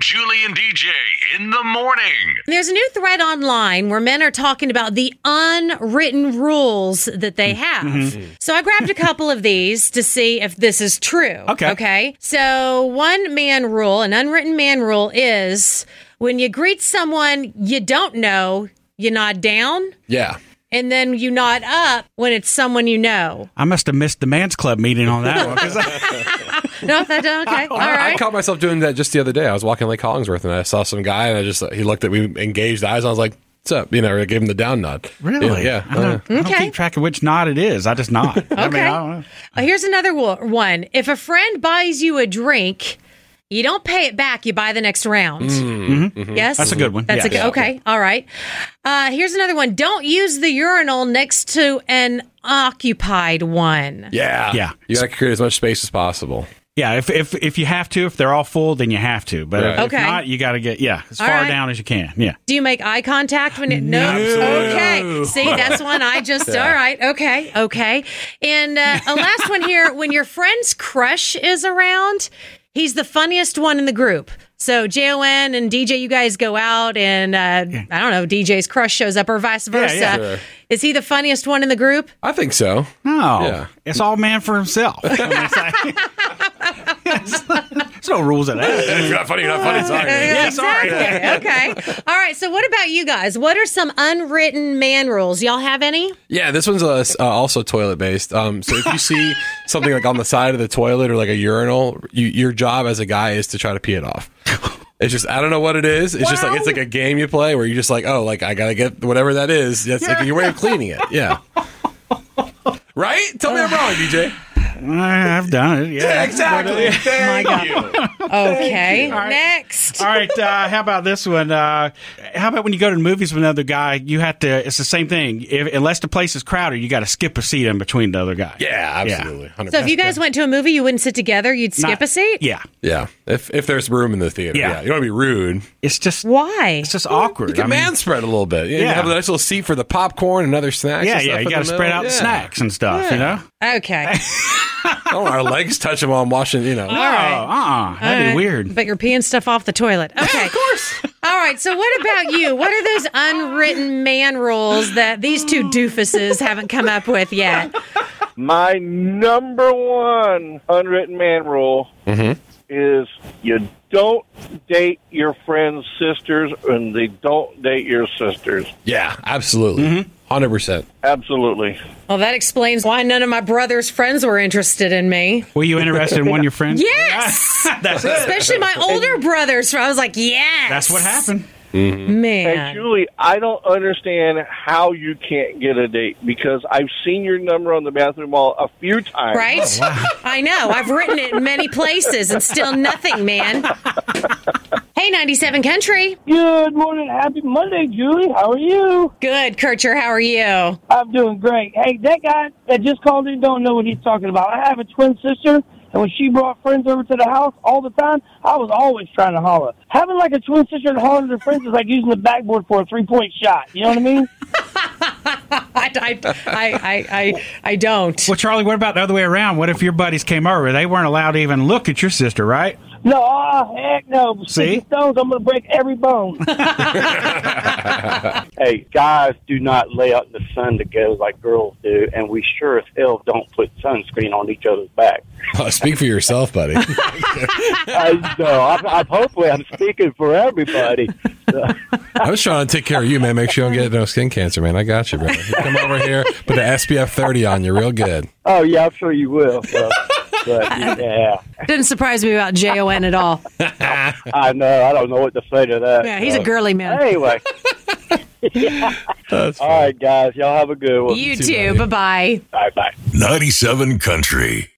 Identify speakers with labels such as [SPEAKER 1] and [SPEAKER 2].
[SPEAKER 1] Julie and DJ in the morning.
[SPEAKER 2] There's a new thread online where men are talking about the unwritten rules that
[SPEAKER 3] Mm-hmm.
[SPEAKER 2] they have. So I grabbed a couple of these to see if this is true.
[SPEAKER 3] Okay.
[SPEAKER 2] Okay. So, one man rule, an unwritten man rule is when you greet someone you don't know, you nod down
[SPEAKER 4] Yeah.
[SPEAKER 2] and then you nod up when it's someone you know.
[SPEAKER 3] I must have missed the man's club meeting on that one. 'cause I-
[SPEAKER 2] No, that okay. All
[SPEAKER 4] I
[SPEAKER 2] right.
[SPEAKER 4] caught myself doing that just the other day. I was walking Lake Hollingsworth and I saw some guy and I just he looked at me engaged eyes. And I was like, "What's up?" You know, I gave him the down nod.
[SPEAKER 3] really?
[SPEAKER 4] Yeah.
[SPEAKER 3] I don't, Uh-huh. I don't
[SPEAKER 2] Okay.
[SPEAKER 3] keep track of which knot it is. I just nod. okay. I mean, I don't know.
[SPEAKER 2] Uh, Here's another wo- one. If a friend buys you a drink, you don't pay it back. You buy the next round. Yes,
[SPEAKER 3] Mm-hmm. That's a good one.
[SPEAKER 2] That's
[SPEAKER 3] Yeah.
[SPEAKER 2] a good.
[SPEAKER 3] Yeah.
[SPEAKER 2] Okay, all right. Uh, here's another one. Don't use the urinal next to an occupied one.
[SPEAKER 4] yeah,
[SPEAKER 3] Yeah.
[SPEAKER 4] You got to create as much space as possible.
[SPEAKER 3] Yeah. If, if if you have to, if they're all full, then you have to. But
[SPEAKER 4] Right.
[SPEAKER 3] if
[SPEAKER 2] Okay.
[SPEAKER 3] not, you got to get yeah as
[SPEAKER 2] All
[SPEAKER 3] far
[SPEAKER 2] right.
[SPEAKER 3] down as you can. Yeah.
[SPEAKER 2] Do you make eye contact when it? No. Okay. See, that's one I just. All right. Okay. Okay. And uh, a last one here. When your friend's crush is around, he's the funniest one in the group. So Jon and DJ, you guys go out, and uh, I don't know, DJ's crush shows up, or vice versa.
[SPEAKER 3] yeah.
[SPEAKER 2] Is he the funniest one in the group?
[SPEAKER 4] I think so.
[SPEAKER 3] No.
[SPEAKER 4] Yeah.
[SPEAKER 3] Oh, It's all man for himself. I mean, it's like- It's like- there's no rules at that.
[SPEAKER 4] If you're not funny, you're not funny. Sorry.
[SPEAKER 3] Yeah, sorry.
[SPEAKER 2] exactly. okay. All right. So, what about you guys? What are some unwritten man rules? Y'all have any?
[SPEAKER 4] Yeah, this one's uh, uh, also toilet based. Um, so if you see something like on the side of the toilet or like a urinal, you, your job as a guy is to try to pee it off. It's just I don't know what it is. It's just like it's like a game you play where you just like oh like I gotta get whatever that is. That's like your way of cleaning it. Yeah. Right? Tell me I'm wrong, DJ.
[SPEAKER 3] I- Eh, I've done it. Yeah.
[SPEAKER 4] Exactly. Thank you.
[SPEAKER 2] Okay. Next.
[SPEAKER 3] All right. Uh, how about this one? Uh, how about when you go to the movies with another guy, you have to. It's the same thing. If, unless the place is crowded, you got to skip a seat in between the other guy.
[SPEAKER 4] Yeah, absolutely. 100%.
[SPEAKER 2] So if you guys went to a movie, you wouldn't sit together. You'd skip
[SPEAKER 3] Not-
[SPEAKER 2] a seat.
[SPEAKER 3] Yeah.
[SPEAKER 4] yeah, if if there's room in the theater,
[SPEAKER 3] Yeah.
[SPEAKER 4] yeah, you don't want to be rude.
[SPEAKER 3] It's just.
[SPEAKER 2] Why?
[SPEAKER 3] It's just awkward.
[SPEAKER 4] You can
[SPEAKER 3] I mean,
[SPEAKER 4] man spread a little bit. Yeah,
[SPEAKER 3] Yeah.
[SPEAKER 4] you have a nice little seat for the popcorn and other snacks.
[SPEAKER 3] yeah,
[SPEAKER 4] and
[SPEAKER 3] yeah.
[SPEAKER 4] stuff
[SPEAKER 3] You
[SPEAKER 4] in
[SPEAKER 3] got to
[SPEAKER 4] the
[SPEAKER 3] spread
[SPEAKER 4] middle.
[SPEAKER 3] out the
[SPEAKER 4] Yeah.
[SPEAKER 3] snacks and stuff. You know.
[SPEAKER 2] Okay.
[SPEAKER 4] I don't want our legs touching while I'm washing. You know.
[SPEAKER 3] Oh, uh-uh. That'd be weird.
[SPEAKER 2] But you're peeing stuff off the toilet. Okay. of course. All right. So what about you? What are those unwritten man rules that these two doofuses haven't come up with yet?
[SPEAKER 5] My number one unwritten man rule is you don't date your friend's sisters and they don't date your sisters.
[SPEAKER 4] Yeah, absolutely. 100%.
[SPEAKER 5] Absolutely.
[SPEAKER 2] Well, that explains why none of my brother's friends were interested in me.
[SPEAKER 3] Were you interested in one of your friends?
[SPEAKER 2] Yes.
[SPEAKER 3] That's it.
[SPEAKER 2] Especially my older brothers. I was like, yes.
[SPEAKER 3] That's what happened.
[SPEAKER 5] And
[SPEAKER 2] Man.
[SPEAKER 5] Julie, I don't understand how you can't get a date because I've seen your number on the bathroom wall a few times.
[SPEAKER 2] Right?
[SPEAKER 3] Oh,
[SPEAKER 2] I know. I've written it in many places and still nothing, man. Hey, 97 Country.
[SPEAKER 5] Good morning. Happy Monday, Julie. How are you?
[SPEAKER 2] Good, Kircher. How are you?
[SPEAKER 6] I'm doing great. Hey, that guy that just called in don't know what he's talking about. I have a twin sister, and when she brought friends over to the house all the time, I was always trying to holler. Having like a twin sister and hollering to friends is like using the backboard for a three point shot. You know what I mean?
[SPEAKER 2] I, I, I, I, I, I don't.
[SPEAKER 3] Well, Charlie, what about the other way around? What if your buddies came over? They weren't allowed to even look at your sister, right?
[SPEAKER 6] No, oh, heck no. Sticking
[SPEAKER 3] See?
[SPEAKER 6] stones, I'm gonna break every bone.
[SPEAKER 7] hey, guys do not lay out in the sun together like girls do, and we sure as hell don't put sunscreen on each other's back.
[SPEAKER 4] Uh, speak for yourself, buddy.
[SPEAKER 7] I, no, I'm, I'm, hopefully, I'm speaking for everybody.
[SPEAKER 4] I was trying to take care of you, man. Make sure you don't get no skin cancer, man. I got you, bro. You come over here, put an SPF 30 on you real good.
[SPEAKER 7] Oh yeah, I'm sure you will. But, but yeah,
[SPEAKER 2] Didn't surprise me about Jon at all.
[SPEAKER 7] I know. I don't know what to say to that.
[SPEAKER 2] Yeah,
[SPEAKER 3] Uh,
[SPEAKER 2] he's a girly man.
[SPEAKER 7] Anyway,
[SPEAKER 4] That's
[SPEAKER 7] all right, guys, y'all have a good one.
[SPEAKER 2] You
[SPEAKER 4] too,
[SPEAKER 2] too.
[SPEAKER 4] buddy.
[SPEAKER 2] Bye bye.
[SPEAKER 7] Bye bye.
[SPEAKER 1] 97 Country.